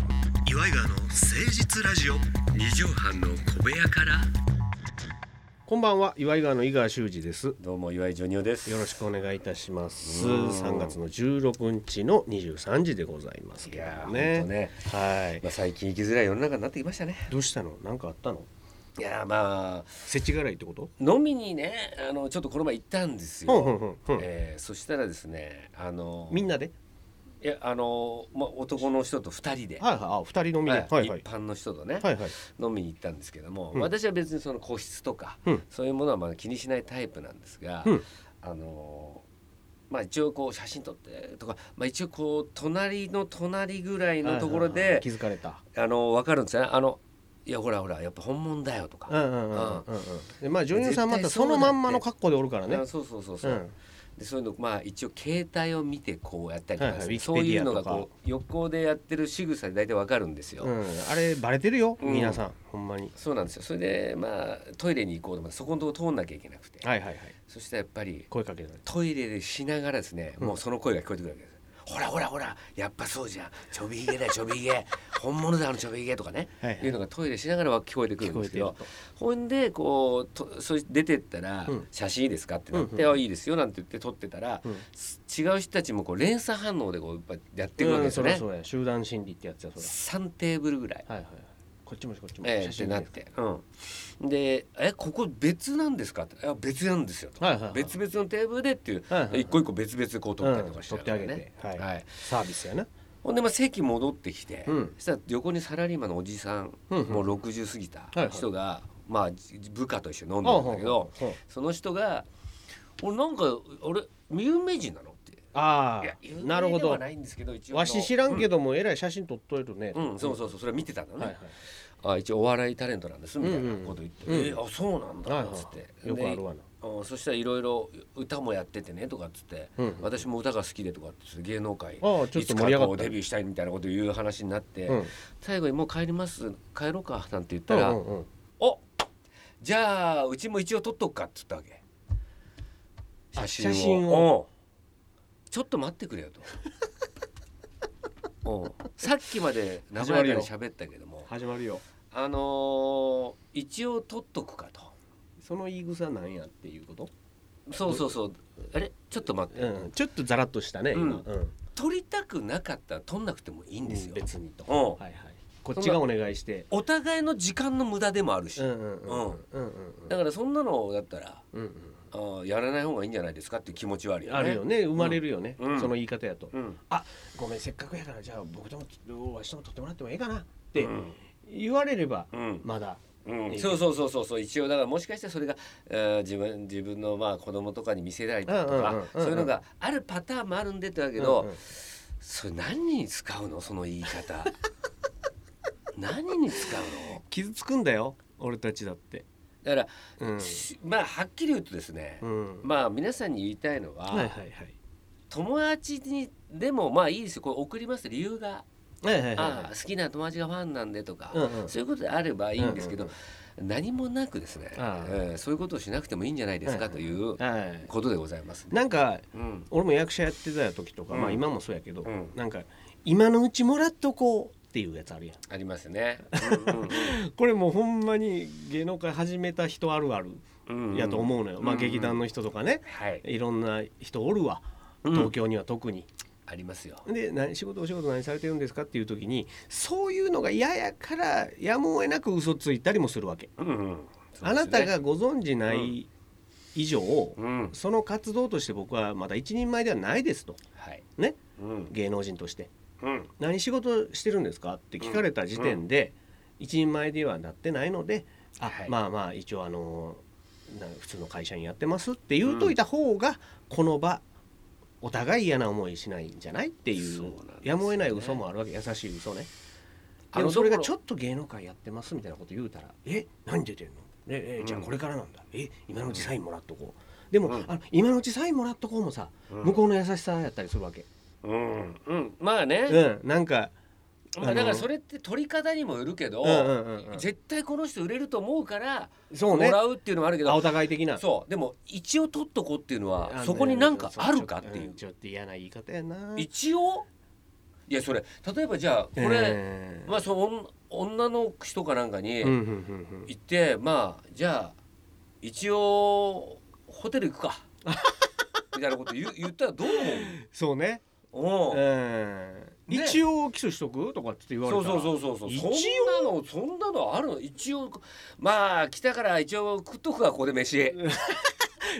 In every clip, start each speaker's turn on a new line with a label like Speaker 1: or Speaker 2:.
Speaker 1: イガーの誠実ラジオ
Speaker 2: 二畳半の小部屋から
Speaker 1: こんばんは岩井川の井川修司です
Speaker 2: どうも岩井ジョニオです
Speaker 1: よろしくお願いいたします3月の16日の23時でございますけどもね
Speaker 2: 本当ね
Speaker 1: はい
Speaker 2: まあ最近生きづらい世の中になってきましたね
Speaker 1: どうしたのなんかあったの
Speaker 2: いやーまあ
Speaker 1: 世知辛いってこと
Speaker 2: 飲みにねあのちょっとこの前行ったんですよ、
Speaker 1: うんうんうんうん
Speaker 2: えーそしたらですねあの
Speaker 1: みんなで
Speaker 2: いやあの、まあ、男の人と二人で、
Speaker 1: はいはいあ二人飲みで
Speaker 2: は
Speaker 1: はいいはい
Speaker 2: 一般の人とね、
Speaker 1: はいはい
Speaker 2: 飲みに行ったんですけども、
Speaker 1: うん
Speaker 2: 私は別にその個室とか、
Speaker 1: うん
Speaker 2: そういうものはまだ気にしないタイプなんですが、
Speaker 1: うん
Speaker 2: あのまあ一応こう写真撮ってとか、まあ、一応こう隣の隣ぐらいのとこ
Speaker 1: はいはい
Speaker 2: ろ
Speaker 1: は
Speaker 2: で
Speaker 1: い気づかれた
Speaker 2: あの分かるんですよねあのいやほらほらやっぱ本物だよ
Speaker 1: う
Speaker 2: と
Speaker 1: ん
Speaker 2: か、
Speaker 1: うんうんうんうんでまあ女優さんまたそのまんまの格好でおるからね
Speaker 2: あそうそうそう
Speaker 1: う
Speaker 2: そう、
Speaker 1: ん
Speaker 2: でそういうのまあ一応携帯を見てこうやったりとかです
Speaker 1: は
Speaker 2: ね、
Speaker 1: いはい
Speaker 2: そういうのが
Speaker 1: Wikipedia と
Speaker 2: こう横でやってる仕草で大体分かるんですよ。
Speaker 1: うんあれバレてるよ
Speaker 2: うん
Speaker 1: 皆さんほんまに
Speaker 2: そうなんですよそれでまあトイレに行こうと思ってそこのとこ通んなきゃいけなくて、
Speaker 1: はいはいはい
Speaker 2: そしたらやっぱり
Speaker 1: 声かけられた
Speaker 2: トイレでしながらですね、もうその声が聞こえてくるわけです。ほらほらほらやっぱそうじゃんちょびひげだよちょびひげ 本物だあのちょびひげとかね
Speaker 1: はいはい
Speaker 2: いうのがトイレしながらは聞こえてくるんですけ
Speaker 1: 聞
Speaker 2: ど
Speaker 1: こえてる
Speaker 2: ほんでこうとそれ出てったら
Speaker 1: うん
Speaker 2: 「写真いいですか?」ってなっ
Speaker 1: うんう
Speaker 2: て「あいいですよ」なんて言って撮ってたら
Speaker 1: うん
Speaker 2: す違う人たちもこう連鎖反応でこうやっぱやってくるわけ
Speaker 1: う
Speaker 2: で
Speaker 1: ん
Speaker 2: す
Speaker 1: そ
Speaker 2: よ
Speaker 1: りゃ
Speaker 2: ね
Speaker 1: そうや集団心理ってやつやそりゃ
Speaker 2: 3テーブルぐらい
Speaker 1: はいはいはい。こっちもこっちも。
Speaker 2: ええってなって、うん、で「えここ別なんですか?」って「いや別なんですよ」と
Speaker 1: はいはいはい
Speaker 2: 別々のテーブルで」っていう、
Speaker 1: はいはいはい
Speaker 2: 一個一個別々でこう取ったりとかして、
Speaker 1: うん取ってあげてはいサービスやな。
Speaker 2: ほんでまあ席戻ってきて、
Speaker 1: うん
Speaker 2: そしたら横にサラリーマンのおじさん、
Speaker 1: うんうん
Speaker 2: もう60過ぎた
Speaker 1: いはい
Speaker 2: 人が、まあじ部下と一緒に飲んでるんだけど、
Speaker 1: ほうほうほう
Speaker 2: その人が「俺なんか俺有名人なの?」って
Speaker 1: あ
Speaker 2: いや有
Speaker 1: あ、なる
Speaker 2: 名
Speaker 1: ほ
Speaker 2: では
Speaker 1: ど。
Speaker 2: ないんですけど一応あの
Speaker 1: わし知らんけども、えらい写真撮っといるね。
Speaker 2: うん、うんそうそうそうそれは見てたんだね、
Speaker 1: はいはい。
Speaker 2: あ一応お笑いタレントなんですみたいなこと言って「
Speaker 1: うんうんうん
Speaker 2: えーあそうなんだ」っつって、
Speaker 1: よくあ
Speaker 2: で
Speaker 1: るわな。
Speaker 2: うんそしたらいろいろ歌もやっててねとかっつって、
Speaker 1: うんうん
Speaker 2: 私も歌が好きでとかっつって芸能界
Speaker 1: ああちょっ
Speaker 2: い
Speaker 1: と盛
Speaker 2: つか
Speaker 1: り上が
Speaker 2: こ
Speaker 1: っ
Speaker 2: う
Speaker 1: た
Speaker 2: デビューしたいみたいなこと言う話になって、
Speaker 1: うん
Speaker 2: 最後に「もう帰ります帰ろうか」なんて言っ
Speaker 1: う
Speaker 2: たら「
Speaker 1: んうんうん。
Speaker 2: おじゃあうちも一応撮っとくか」っつったわけ
Speaker 1: あ
Speaker 2: 写真を
Speaker 1: 写真を
Speaker 2: うんちょっと待ってくれよ と。うんさっきまで名
Speaker 1: 始
Speaker 2: 前
Speaker 1: まる
Speaker 2: から
Speaker 1: よ
Speaker 2: 喋ったけども
Speaker 1: 始まるよ。
Speaker 2: あのー一応取っとくかと
Speaker 1: その言い草なんやっていうこと。
Speaker 2: そうそうそうあれちょっと待って、
Speaker 1: うん。ちょっとザラッとしたね。今。
Speaker 2: うん
Speaker 1: うん。
Speaker 2: 取りたくなかったら取んなくてもいいんですよ、
Speaker 1: 別にと。
Speaker 2: うん
Speaker 1: はいはい。こっちがお願いして。
Speaker 2: お互いの時間の無駄でもあるし、
Speaker 1: うんうんうんうんうん
Speaker 2: だからそんなのだったら
Speaker 1: うん
Speaker 2: あーやらない方がいいんじゃないですかっていう気持ちはある
Speaker 1: う
Speaker 2: よ
Speaker 1: ん。
Speaker 2: ね
Speaker 1: あるよね。生まれるよね。
Speaker 2: うん
Speaker 1: その言い方やと。
Speaker 2: うん
Speaker 1: あ、ごめんせっかくやからじゃあ僕ともわしとも撮ってもらってもええかなっ
Speaker 2: う
Speaker 1: て
Speaker 2: ん
Speaker 1: 言われれば
Speaker 2: うん
Speaker 1: まだ。
Speaker 2: うん、そうそうそうそうそう一応だからもしかしてそれが、えー自分自分のまあ子供とかに見せられたりと
Speaker 1: うんうんうんう
Speaker 2: か
Speaker 1: ん
Speaker 2: そういうのがあるパターンもあるんでってだけど、
Speaker 1: うんうん
Speaker 2: それ何に使うのその言い方 何に使うの
Speaker 1: 傷つくんだよ俺たちだって
Speaker 2: だから、
Speaker 1: うん
Speaker 2: しまあはっきり言うとですね、
Speaker 1: うん
Speaker 2: まあ皆さんに言いたいのは、
Speaker 1: はいはいはい
Speaker 2: 友達にでもまあいいですよこれ送ります理由が、
Speaker 1: はいはい
Speaker 2: ああ
Speaker 1: は
Speaker 2: 好きな友達がファンなんでとか、
Speaker 1: いうんうん
Speaker 2: そういうことであればいいんですけど、
Speaker 1: うん
Speaker 2: 何もなくですね、
Speaker 1: ああ
Speaker 2: えーそういうことをしなくてもいいんじゃないですかという
Speaker 1: はい
Speaker 2: ことでございますね。
Speaker 1: なんか
Speaker 2: うん
Speaker 1: 俺も役者やってた時とか
Speaker 2: うん
Speaker 1: まあ今もそうやけど
Speaker 2: うん
Speaker 1: なんか今のうちもらっとこうっていうやつあるやん
Speaker 2: ありますね。うんうん
Speaker 1: これもうほんまに芸能界始めた人あるある
Speaker 2: うん うん
Speaker 1: やと思うのよまあ
Speaker 2: うんうん
Speaker 1: 劇団の人とかね
Speaker 2: はい、
Speaker 1: いろんな人おるわ東京には特に
Speaker 2: ありますよ。
Speaker 1: で何仕事お仕事何されてるんですかっていう時にそういうのが嫌やからやむを得なく嘘ついたりもするわけ
Speaker 2: うんうん
Speaker 1: あなた、がご存じない以上、
Speaker 2: そうですねうん、
Speaker 1: その活動として僕はまだ一人前ではないですと
Speaker 2: はい、
Speaker 1: ね
Speaker 2: うん、
Speaker 1: 芸能人として
Speaker 2: うん、
Speaker 1: 何仕事してるんですかって聞かれた時点で一人前ではなってないので、あ
Speaker 2: はい
Speaker 1: まあまあ一応あのな普通の会社にやってますって言うといた方がこの場お互い嫌な思いしないんじゃないっていう
Speaker 2: そうなんですよね
Speaker 1: やむを得ない嘘もあるわけ優しい嘘ね
Speaker 2: あ
Speaker 1: で
Speaker 2: の
Speaker 1: もそれが
Speaker 2: だ
Speaker 1: ち
Speaker 2: か
Speaker 1: ょっと芸能界やってますみたいなこと言うたら「え何出てんのええじゃあ
Speaker 2: うん
Speaker 1: これからなんだえ今のうちサインもらっとこう」でも、
Speaker 2: うん
Speaker 1: あの今のうちサインもらっとこうもさ、
Speaker 2: うん
Speaker 1: 向こうの優しさやったりするわけ、
Speaker 2: らうん、うん、まあね、
Speaker 1: うん、なんか
Speaker 2: まあ、だか
Speaker 1: あ
Speaker 2: ら
Speaker 1: の
Speaker 2: それって取り方にもよるけど、
Speaker 1: うんうんうんうん
Speaker 2: 絶対この人売れると思うから
Speaker 1: そう
Speaker 2: も
Speaker 1: ね
Speaker 2: らうっていうのもあるけ
Speaker 1: あお
Speaker 2: ど
Speaker 1: 互い的な
Speaker 2: そうでも一応取っとこうっていうの
Speaker 1: あ
Speaker 2: は
Speaker 1: の
Speaker 2: そこになんかあるかってい
Speaker 1: ん
Speaker 2: う
Speaker 1: ちょっと嫌な言い方やな
Speaker 2: 一応いやそれ例えばじゃあこれ、
Speaker 1: えー
Speaker 2: まあその女女の人かなんかに
Speaker 1: うんうんう
Speaker 2: 行
Speaker 1: んうん
Speaker 2: って、まあじゃあ一応ホテル行 くかみたいなこと言う言ったらどう
Speaker 1: そうね、
Speaker 2: 思う、うん
Speaker 1: えー
Speaker 2: ね
Speaker 1: 一応起訴しとくとかって言われ
Speaker 2: そ
Speaker 1: た
Speaker 2: う
Speaker 1: ら
Speaker 2: そうそうそうそう
Speaker 1: 一
Speaker 2: そ
Speaker 1: 応
Speaker 2: んなのそんなのあるの一応まあ来たから一応食っとくかここで飯い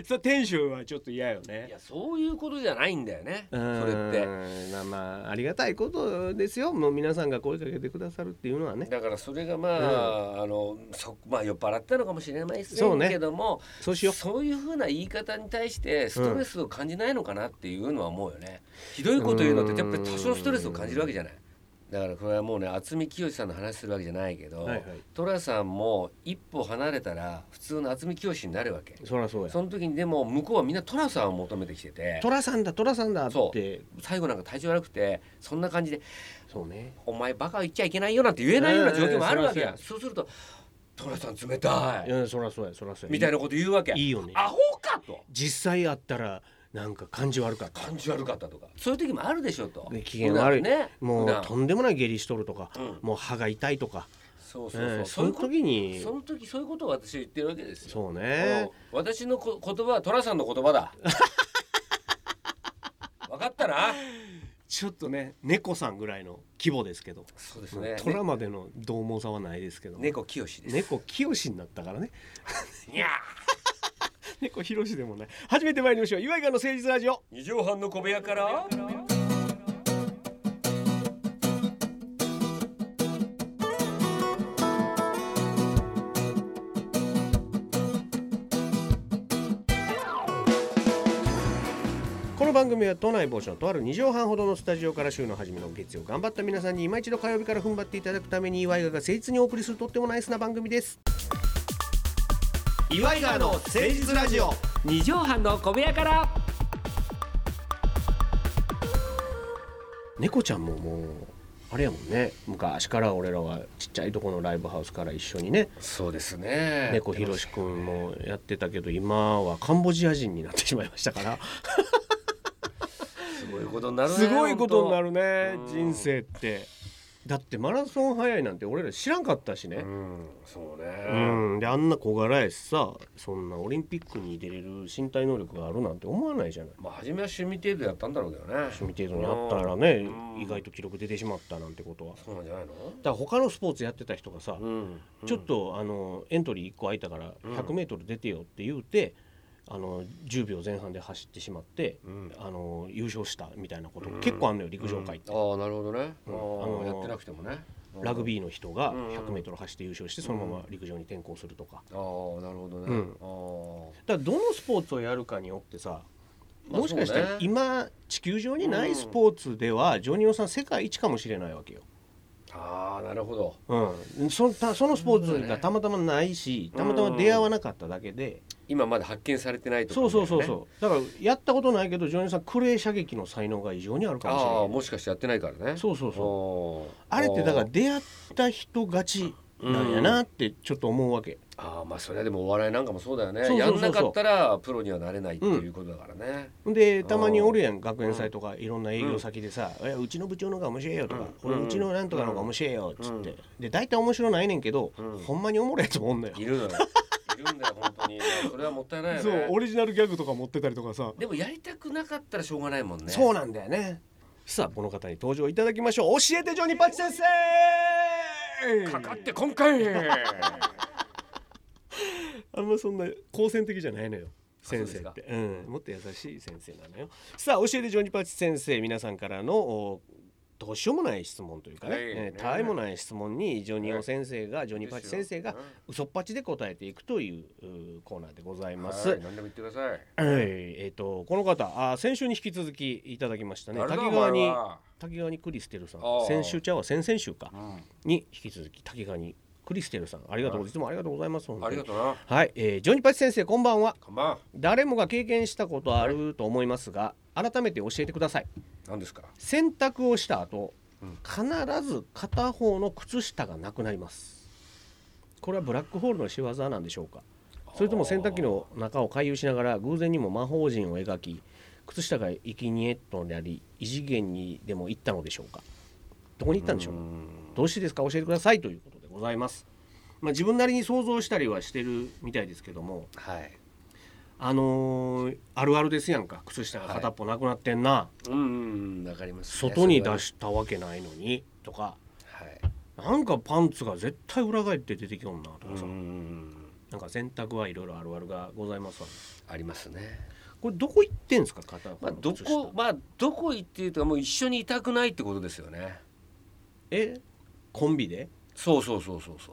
Speaker 1: それ店主はちょっと嫌よね
Speaker 2: やそういうことじゃないんだよねそ
Speaker 1: う
Speaker 2: れって
Speaker 1: んまあまあありがたいことですよもう皆さんが声かけてくださるっていうのはね
Speaker 2: だからそれがまあ、あのそまあ酔っ払ったのかもしれませ
Speaker 1: そうんね
Speaker 2: けども
Speaker 1: そうしよう
Speaker 2: そういうふうな言い方に対してストレスを感じないのかなっていうのは思うよね、ひどいこと言うのってやっぱり多少ストレスを感じるわけじゃないだからこれはもうね渥美清さんの話するわけじゃないけど、
Speaker 1: はいはい
Speaker 2: 寅さんも一歩離れたら普通の渥美清になるわけ
Speaker 1: そりゃそうや
Speaker 2: その時にでも向こうはみんな寅さんを求めてきてて
Speaker 1: 寅さんだ寅さんだっ
Speaker 2: そ
Speaker 1: て
Speaker 2: 最後なんか体調悪くてそんな感じで
Speaker 1: そうね
Speaker 2: 「お前バカ言っちゃいけないよ」なんて言えないような状況もあるわけ
Speaker 1: う
Speaker 2: や
Speaker 1: ん
Speaker 2: そうすると「寅さん冷た
Speaker 1: い
Speaker 2: い
Speaker 1: やそりゃそうやそりゃそ」うや
Speaker 2: みたいなこと言うわけ
Speaker 1: いいよね
Speaker 2: アホかと
Speaker 1: 実際あったらなんか感じ悪かった
Speaker 2: 感じ悪かったとかそういう時もあるでしょと
Speaker 1: ね機嫌悪い、
Speaker 2: 普段ね
Speaker 1: も
Speaker 2: 普
Speaker 1: う
Speaker 2: 段
Speaker 1: とんでもない下痢しとるとか、
Speaker 2: うん
Speaker 1: もう歯が痛いとか
Speaker 2: そう
Speaker 1: そ
Speaker 2: そうそう、
Speaker 1: ん、
Speaker 2: そ
Speaker 1: そう
Speaker 2: い
Speaker 1: の
Speaker 2: うこ
Speaker 1: 時に
Speaker 2: その時そういうことを私は言ってるわけですよ
Speaker 1: そうね
Speaker 2: もう私のこ言葉は寅さんの言葉 だ分かったな
Speaker 1: ちょっとね猫さんぐらいの規模ですけど
Speaker 2: そうですね
Speaker 1: 虎までの獰猛さはないですけども
Speaker 2: 猫清です
Speaker 1: 猫清になったからね
Speaker 2: にゃ
Speaker 1: 猫ひろしでもない初めて参りましょう岩井川の誠実ラジオ
Speaker 2: 二畳半の小部屋から
Speaker 1: この番組は都内某所のとある2畳半ほどのスタジオから週の初めの月曜頑張った皆さんに今一度火曜日から踏ん張っていただくために岩井川が誠実にお送りするとってもナイスな番組です岩井川の誠実ラジオ
Speaker 2: 二畳半の小部屋から
Speaker 1: 猫ちゃんももうあれやもんね昔から俺らはちっちゃいとこのライブハウスから一緒にね
Speaker 2: そうですね
Speaker 1: 猫ひろしくんもやってたけど今はカンボジア人になってしまいました から
Speaker 2: すごいことになるね
Speaker 1: すごいことになるね
Speaker 2: 本当
Speaker 1: 人生ってだってマラソン早いなんて俺ら知らんかったし
Speaker 2: う
Speaker 1: ね
Speaker 2: んそう
Speaker 1: う
Speaker 2: ね、
Speaker 1: んであんな小柄やしさそんなオリンピックに出れる身体能力があるなんて思わないじゃない
Speaker 2: まあ初めは趣味程度やったんだろうけどね
Speaker 1: 趣味程度にあったらね
Speaker 2: うん
Speaker 1: 意外と記録出てしまったなんてことはだか
Speaker 2: そうなんじゃないの
Speaker 1: ら他のスポーツやってた人がさ
Speaker 2: うん
Speaker 1: ちょっとあのエントリー1個空いたから
Speaker 2: ん
Speaker 1: 100m 出てよって言うてあの10秒前半で走ってしまって
Speaker 2: うん
Speaker 1: あの優勝したみたいなこと結構あんのよ陸上界って
Speaker 2: あ。あなるほどね、
Speaker 1: うん
Speaker 2: あ
Speaker 1: あの
Speaker 2: の
Speaker 1: ー
Speaker 2: やってなくてもね
Speaker 1: ラグ
Speaker 2: ー
Speaker 1: ビーの人が
Speaker 2: うんうん
Speaker 1: 100m 走って優勝してそのまま陸上に転向するとか
Speaker 2: ああなるほどね、
Speaker 1: うんだか
Speaker 2: あ
Speaker 1: らどのスポーツをやるかによってさ
Speaker 2: まあ
Speaker 1: もしかした
Speaker 2: そう
Speaker 1: ら
Speaker 2: ね
Speaker 1: 今地球上にないスポーツではジョニオさん世界一かもしれないわけよ。
Speaker 2: ああーなるほど
Speaker 1: うん、そたそのスポーツがたまたまないし
Speaker 2: うん
Speaker 1: たまたま出会わなかっただけで、
Speaker 2: 今まだ発見されてないとか
Speaker 1: そう
Speaker 2: ね
Speaker 1: そうそうそうだからやったことないけどジョニオさんクレー射撃の才能が異常にあるかもしれ
Speaker 2: ああ
Speaker 1: ない
Speaker 2: もしかしてやってないからね
Speaker 1: そうそうそう
Speaker 2: そう
Speaker 1: あれってだから出会った人勝ちなんやなってちょっと思うわけ、
Speaker 2: ああまあそれはでもお笑いなんかもそうだよね
Speaker 1: そうそうそうそう
Speaker 2: やんなかったらプロにはなれないっていうことだからね、
Speaker 1: でたまにおるやん学園祭とかいろんな営業先でさ「いやうちの部長の方が面白いよ」とか「
Speaker 2: うん
Speaker 1: 俺うちのなんとかの方が面白いよ」っつってで大体面白ないねんけど、
Speaker 2: うん
Speaker 1: ほんまにおもろいやつもおんのよ
Speaker 2: いるのよいるんだよ本当にそれはもったいないよね
Speaker 1: リジナルギャグとか持ってたりとかさ、
Speaker 2: でもやりたくなかったらしょうがないもんね
Speaker 1: そうなんだよねさあこの方に登場いただきましょう教えてジョニパチ先生
Speaker 2: かかって今回
Speaker 1: あんまそんな好戦的じゃないのよ
Speaker 2: そ
Speaker 1: 先
Speaker 2: うです
Speaker 1: 生
Speaker 2: か
Speaker 1: ってうん、もっと優しい先生なのよさあ教えてジョニパチ先生皆さんからのおどうしようもない質問というかね、
Speaker 2: はい
Speaker 1: え
Speaker 2: ね
Speaker 1: ーたわいもない質問にジョニオ
Speaker 2: ね
Speaker 1: 先生が、ジョニパチ先生が
Speaker 2: ですよ
Speaker 1: 嘘っぱちで答えていくといううーコーナーでございます。
Speaker 2: はい、何でも言ってください
Speaker 1: はいえっ、とこの方あ先週に引き続きいただきましたね
Speaker 2: 誰だ
Speaker 1: 滝川
Speaker 2: お
Speaker 1: に
Speaker 2: 前は
Speaker 1: 滝川にクリステルさん
Speaker 2: あー
Speaker 1: 先週ちゃうわ先々週か
Speaker 2: う
Speaker 1: に引き続き滝川にクリステルさんありがとういつもありがとうございます本
Speaker 2: ん、
Speaker 1: 当
Speaker 2: あ
Speaker 1: に
Speaker 2: りがとうな
Speaker 1: はい、えージョニパチ先生こんばんは
Speaker 2: 看板
Speaker 1: 誰もが経験したことあると思いますが改めて教えてください
Speaker 2: 何ですか
Speaker 1: 洗濯をした後
Speaker 2: うん
Speaker 1: 必ず片方の靴下がなくなりますこれはブラックホールの仕業なんでしょうかそれとも洗濯機の中を回遊しながら偶然にも魔法陣を描き靴下が生贄となり異次元にでも行ったのでしょうかどこに行ったんでしょうどうしてですか教えてくださいということでございます。まあ、自分なりに想像したりはしてるみたいですけども、
Speaker 2: はい
Speaker 1: あのーあるあるですやんか靴下が片っぽなくなってんな、
Speaker 2: うんうんわかります
Speaker 1: 外に出
Speaker 2: し
Speaker 1: したわけないのにとか
Speaker 2: はい
Speaker 1: なんかパンツが絶対裏返って出てきよんなと
Speaker 2: う
Speaker 1: か
Speaker 2: んうん
Speaker 1: さ、
Speaker 2: うん
Speaker 1: なんか洗濯はいろいろあるあるがございますわ
Speaker 2: ありますね
Speaker 1: これどこ行ってんですか片方
Speaker 2: まあ
Speaker 1: の
Speaker 2: ど
Speaker 1: 靴下
Speaker 2: こまあどこ行っていうとかもう一緒にいたくないってことですよね
Speaker 1: えコンビで
Speaker 2: そうそうそうそ うそう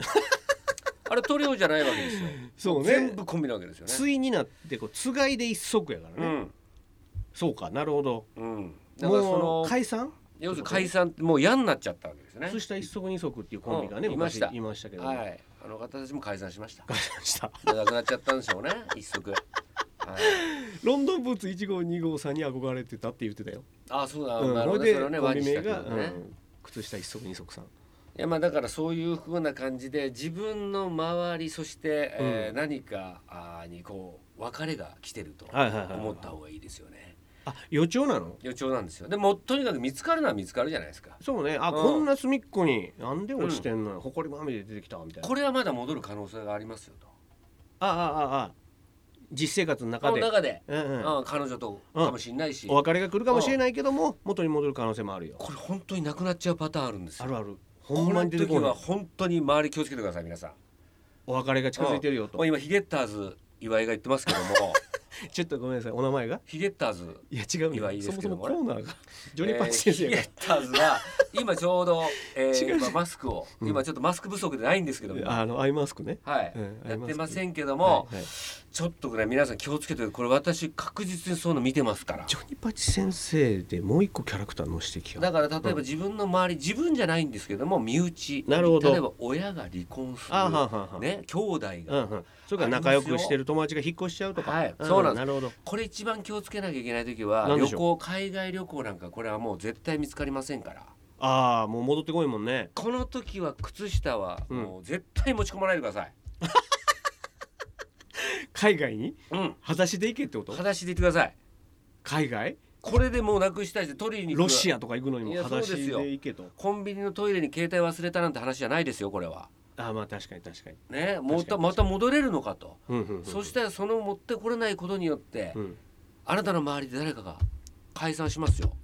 Speaker 2: あれトリオじゃないわけですよ
Speaker 1: そうね
Speaker 2: 全部コンビなわけですよね
Speaker 1: 対になってこうつがいで一足やから
Speaker 2: う
Speaker 1: ね、
Speaker 2: ん
Speaker 1: そうかなるほど
Speaker 2: うんだからそ
Speaker 1: も
Speaker 2: の
Speaker 1: う解散
Speaker 2: 要するに解散ってもう嫌になっちゃったわけですよね
Speaker 1: 靴下一足二足っていうコンビがね、
Speaker 2: うん
Speaker 1: 昔
Speaker 2: いました
Speaker 1: いましたけど、
Speaker 2: は
Speaker 1: 解
Speaker 2: いあの方たちも解散しました
Speaker 1: 散した
Speaker 2: なくなっちゃったんでしょうね一足はい
Speaker 1: ロンドンブーツ1号2号さんに憧れてたって言ってたよ、
Speaker 2: あそうだ、
Speaker 1: うん
Speaker 2: なるほ
Speaker 1: それ
Speaker 2: どね
Speaker 1: で
Speaker 2: それはね
Speaker 1: コ
Speaker 2: ワ
Speaker 1: ン
Speaker 2: ニ
Speaker 1: ビ
Speaker 2: した
Speaker 1: 名
Speaker 2: けど
Speaker 1: が、
Speaker 2: ね、
Speaker 1: うん靴下一足二足さん
Speaker 2: いやまあだからそういうふうな感じで自分の周りそして、えー
Speaker 1: うん
Speaker 2: 何かあーにこう別れが来てると
Speaker 1: はいはいはいはい
Speaker 2: 思った方がいいですよね
Speaker 1: あ予兆なの
Speaker 2: 予兆なんですよでもとにかく見つかるのは見つかるじゃないですか
Speaker 1: そうねあ、
Speaker 2: うん
Speaker 1: こんな隅っこになんで落ちてんのよ、ほこりまみれ出てきたみたいな
Speaker 2: これはまだ戻る可能性がありますよと
Speaker 1: ああああ実生活の中
Speaker 2: この
Speaker 1: で、
Speaker 2: 中で、
Speaker 1: うんうん
Speaker 2: うん彼女とかもしれないし、
Speaker 1: お別れが来るかもしれないけども、元に戻る可能性もあるよ
Speaker 2: これ本当になくなっちゃうパターンあるんです
Speaker 1: あ
Speaker 2: よ
Speaker 1: るあるほ
Speaker 2: こ
Speaker 1: んま
Speaker 2: の
Speaker 1: に出て
Speaker 2: 時
Speaker 1: こない
Speaker 2: は本当に周り気をつけてください皆さん
Speaker 1: お別れが近づいてるよと
Speaker 2: もう今ヒゲッターズ岩井が言ってますけども
Speaker 1: ちょっとごめんなさいお名前が
Speaker 2: ヒゲッターズ
Speaker 1: いや違うんだ
Speaker 2: 今いい
Speaker 1: そ
Speaker 2: です
Speaker 1: も
Speaker 2: け
Speaker 1: そ
Speaker 2: ど
Speaker 1: も
Speaker 2: も
Speaker 1: コーナーがジョニーパンチ先生
Speaker 2: えー
Speaker 1: が、
Speaker 2: ヒゲッターズは今ちょうど、え ー
Speaker 1: 違う違う
Speaker 2: まあマスクを、今ちょっとマスク不足でないんですけども、は
Speaker 1: あのアイマスクね
Speaker 2: い、
Speaker 1: うん
Speaker 2: やってませんけども
Speaker 1: は、いはい
Speaker 2: ちょっとぐらい皆さん気をつけてこれ私確実にそういうの見てますから
Speaker 1: ジョニーパンチ先生でもう一個キャラクターの指摘が
Speaker 2: だから例えば自分の周り、自分じゃないんですけども身内
Speaker 1: なるほど
Speaker 2: 例えば親が離婚する
Speaker 1: あはんはんはん
Speaker 2: ね兄弟
Speaker 1: うん
Speaker 2: が、
Speaker 1: うんそれから仲良くしてる友達が引っ越しちゃうとか、
Speaker 2: はいそうなんで
Speaker 1: な
Speaker 2: す
Speaker 1: るほど
Speaker 2: これ一番気をつけなきゃいけない時は
Speaker 1: なんで
Speaker 2: 旅
Speaker 1: しょう
Speaker 2: 行海外旅行なんかこれはもう絶対見つかりませんから
Speaker 1: ああもう戻ってこいもんね
Speaker 2: この時は靴下は
Speaker 1: うん
Speaker 2: もう絶対持ち込まないでください、
Speaker 1: 海外に
Speaker 2: うん、
Speaker 1: 裸足で行けってこと
Speaker 2: 裸足で行ってください
Speaker 1: 海外
Speaker 2: これでもうなくしたいして取りに行く
Speaker 1: ロシアとか行くのに
Speaker 2: い
Speaker 1: も
Speaker 2: や
Speaker 1: 裸
Speaker 2: そうです
Speaker 1: 足
Speaker 2: よ
Speaker 1: で行けと
Speaker 2: コンビニのトイレに携帯忘れたなんて話じゃないですよこれは
Speaker 1: ああまあ確かに確かに
Speaker 2: ねもう
Speaker 1: 確か
Speaker 2: た
Speaker 1: に
Speaker 2: また戻れるのかと、
Speaker 1: うんうんうん
Speaker 2: そしたらその持ってこれないことによって、
Speaker 1: うん
Speaker 2: あなたの周りで誰かが解散しますよ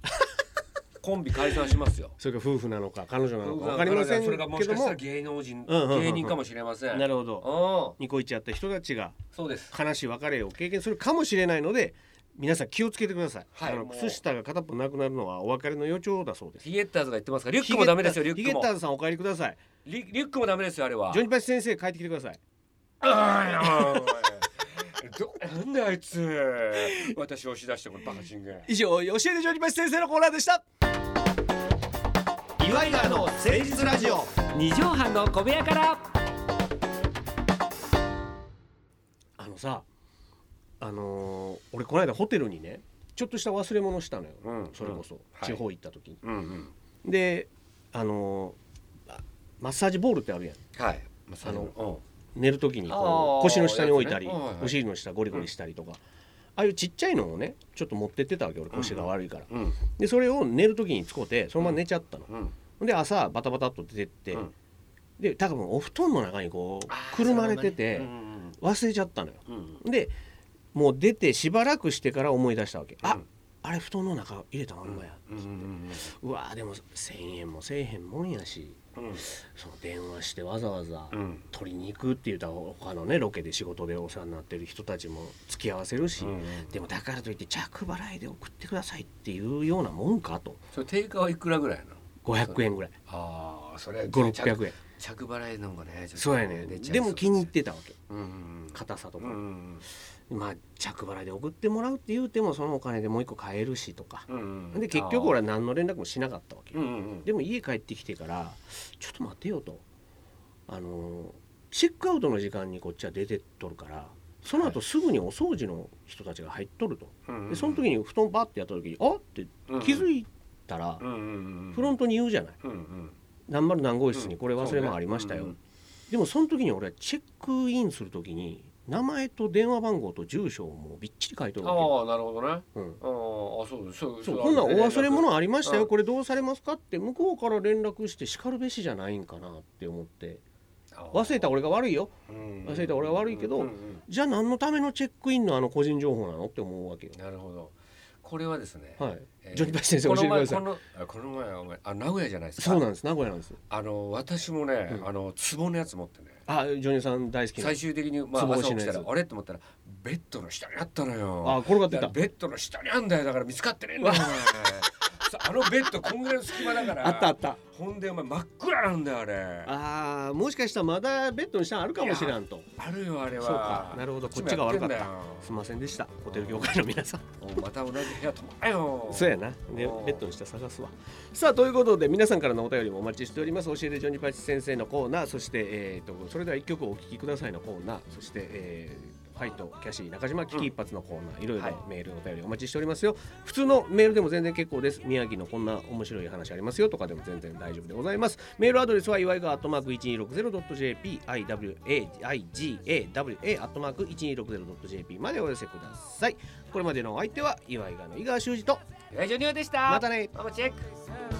Speaker 2: コンビ解散しますよ
Speaker 1: それから夫婦なのか彼女なのか分かりません
Speaker 2: それがも
Speaker 1: け
Speaker 2: し
Speaker 1: ど
Speaker 2: かしたら
Speaker 1: も
Speaker 2: 芸能人、
Speaker 1: うんうんうんうん
Speaker 2: 芸人かもしれません
Speaker 1: なるほ
Speaker 2: う
Speaker 1: ど
Speaker 2: ん
Speaker 1: ニコイチやった人たちが
Speaker 2: そうです
Speaker 1: 悲しい別れを経験するかもしれないので皆さん気をつけてください、
Speaker 2: はい
Speaker 1: あの
Speaker 2: もう
Speaker 1: 靴下が片っぽなくなるのはお別れの予兆だそうです
Speaker 2: ヒゲッターズが言ってますからリュックもダメですよリュ
Speaker 1: ヒ
Speaker 2: ッ
Speaker 1: ゲ
Speaker 2: ク
Speaker 1: ッ
Speaker 2: も
Speaker 1: ターズさんお帰りください
Speaker 2: リリュックもダメですよあれは
Speaker 1: ジョニパチ先生帰ってきてください
Speaker 2: あーおいどなんであいつ私を押し出してこのバカチンが
Speaker 1: 以上教えてジョニパチ先生のコーナーでした岩井川の誠実ラジオ
Speaker 2: 二畳半の小部屋から
Speaker 1: あのさあのー俺この間ホテルにねちょっとした忘れ物したのよ、
Speaker 2: うん
Speaker 1: それこそ、
Speaker 2: い
Speaker 1: 地方行った時に、
Speaker 2: うんうん
Speaker 1: であのーあマッサージボールってあるやん
Speaker 2: はい
Speaker 1: あの
Speaker 2: うん
Speaker 1: 寝る時に
Speaker 2: あ
Speaker 1: こう
Speaker 2: ー
Speaker 1: 腰の下に置いたり、
Speaker 2: やつねはいはい
Speaker 1: お尻の下ゴリゴリしたりとか、ああいうちっちゃいのをねちょっと持ってってたわけ俺腰が悪いから、
Speaker 2: うん
Speaker 1: でそれを寝る時に使うてそのまま寝ちゃったの、
Speaker 2: うん
Speaker 1: で朝バタバタっと出てって、
Speaker 2: うん
Speaker 1: で多分お布団の中にこうくるまれてて、
Speaker 2: うん
Speaker 1: 忘れちゃったのよ
Speaker 2: うんうん
Speaker 1: でもう出てしばらくしてから思い出したわけ、
Speaker 2: う
Speaker 1: あ
Speaker 2: ん
Speaker 1: あれ布団の中入れたまんまや、
Speaker 2: うんうん
Speaker 1: うわーでも1,000円もせえへんもんやし
Speaker 2: うんうん
Speaker 1: その電話してわざわざ
Speaker 2: うん
Speaker 1: 取りに行くって言ったら他のねロケで仕事でお世話になってる人たちも付き合わせるし、
Speaker 2: うん
Speaker 1: でもだからといって着払いで送ってくださいっていうようなもんかと
Speaker 2: それ定価はいくらぐらいなの
Speaker 1: 500円ぐらい
Speaker 2: ああそれ
Speaker 1: 5600円
Speaker 2: 着払いの方がねちょっと
Speaker 1: そうやね
Speaker 2: 出ちゃい
Speaker 1: でも気に入ってたわけ
Speaker 2: そううんうんうん
Speaker 1: 硬さと
Speaker 2: う
Speaker 1: か、
Speaker 2: んうん
Speaker 1: まあ着払いで送ってもらうって言うてもそのお金でもう一個買えるしとか、
Speaker 2: うんうん
Speaker 1: で結局俺は何の連絡もしなかったわけよ、
Speaker 2: うんうん
Speaker 1: でも家帰ってきてからちょっと待てよとあのチェックアウトの時間にこっちは出てっとるからその後すぐにお掃除の人たちが入っとると、
Speaker 2: うん
Speaker 1: でその時に布団バッてやった時に「あっ!」て気づいたら、
Speaker 2: うんうんうん
Speaker 1: フロントに言うじゃない
Speaker 2: うんうん
Speaker 1: 「何丸何号
Speaker 2: うん
Speaker 1: 室にこれ忘れ物ありましたよ」
Speaker 2: うん
Speaker 1: でもその時に俺はチェックインする時に名前と電話番号と住所をもうびっちり書いとるわけよ
Speaker 2: ああなるほどねあ
Speaker 1: うん、
Speaker 2: あーあそうそう
Speaker 1: そう
Speaker 2: れ
Speaker 1: こんなんお忘れ物ありましたよ、
Speaker 2: うん
Speaker 1: これどうされますかって向こうから連絡してしかるべしじゃないんかなって思って
Speaker 2: あー
Speaker 1: 忘れた俺が悪いよ
Speaker 2: うん
Speaker 1: 忘れた俺は悪いけど
Speaker 2: うんうん
Speaker 1: じゃあ何のためのチェックインのあの個人情報なのって思うわけよ
Speaker 2: なるほどこれはですね、
Speaker 1: はい
Speaker 2: え
Speaker 1: ジョニーパイセン先生
Speaker 2: この
Speaker 1: 教
Speaker 2: 前
Speaker 1: えてください
Speaker 2: このあこの前お前あ名古屋じゃないですか
Speaker 1: そうなんです名古屋なんです
Speaker 2: あの私もね、
Speaker 1: うん
Speaker 2: あの壺のやつ持ってね
Speaker 1: あジョニーさん大好きな
Speaker 2: 最終的に、まあ、
Speaker 1: 壺
Speaker 2: 朝
Speaker 1: 押し
Speaker 2: 起
Speaker 1: の
Speaker 2: き
Speaker 1: や
Speaker 2: た
Speaker 1: つ
Speaker 2: らあれと思ったらベッドの下にあったのよ
Speaker 1: あ転がって
Speaker 2: だか
Speaker 1: た
Speaker 2: らベッドの下にあんだよだから見つかってねえんだよお前 そうあのベッドこんぐらいの隙間だから
Speaker 1: あったあった
Speaker 2: ほんでお前真っ暗なんだよあれあ
Speaker 1: あーもしかしたらまだベッドの下あるかもしれんと
Speaker 2: るよあれは
Speaker 1: そうかなるほどこっちが悪かったすいませんでしたホテル業界の皆さん
Speaker 2: おまた同じ部屋泊まれよ
Speaker 1: そうやなで
Speaker 2: うん
Speaker 1: ベッドの下探すわさあということで皆さんからのお便りもお待ちしております教えてジョニーパチ先生のコーナーそして、えー、とそれでは一曲お聴きくださいのコーナーそして、えーファイトキャシー中島危機一発のコーナー、いろいろ
Speaker 2: はい
Speaker 1: メールお便りお待ちしておりますよ普通のメールでも全然結構です宮城のこんな面白い話ありますよとかでも全然大丈夫でございますメールアドレスは祝いがアットマーク 1260.jp iwaigawa アットマーク 1260.jp までお寄せくださいこれまでのお相手は祝いがの井川修司と
Speaker 2: ラジオニューでした
Speaker 1: またね
Speaker 2: ママチェック
Speaker 3: Sound.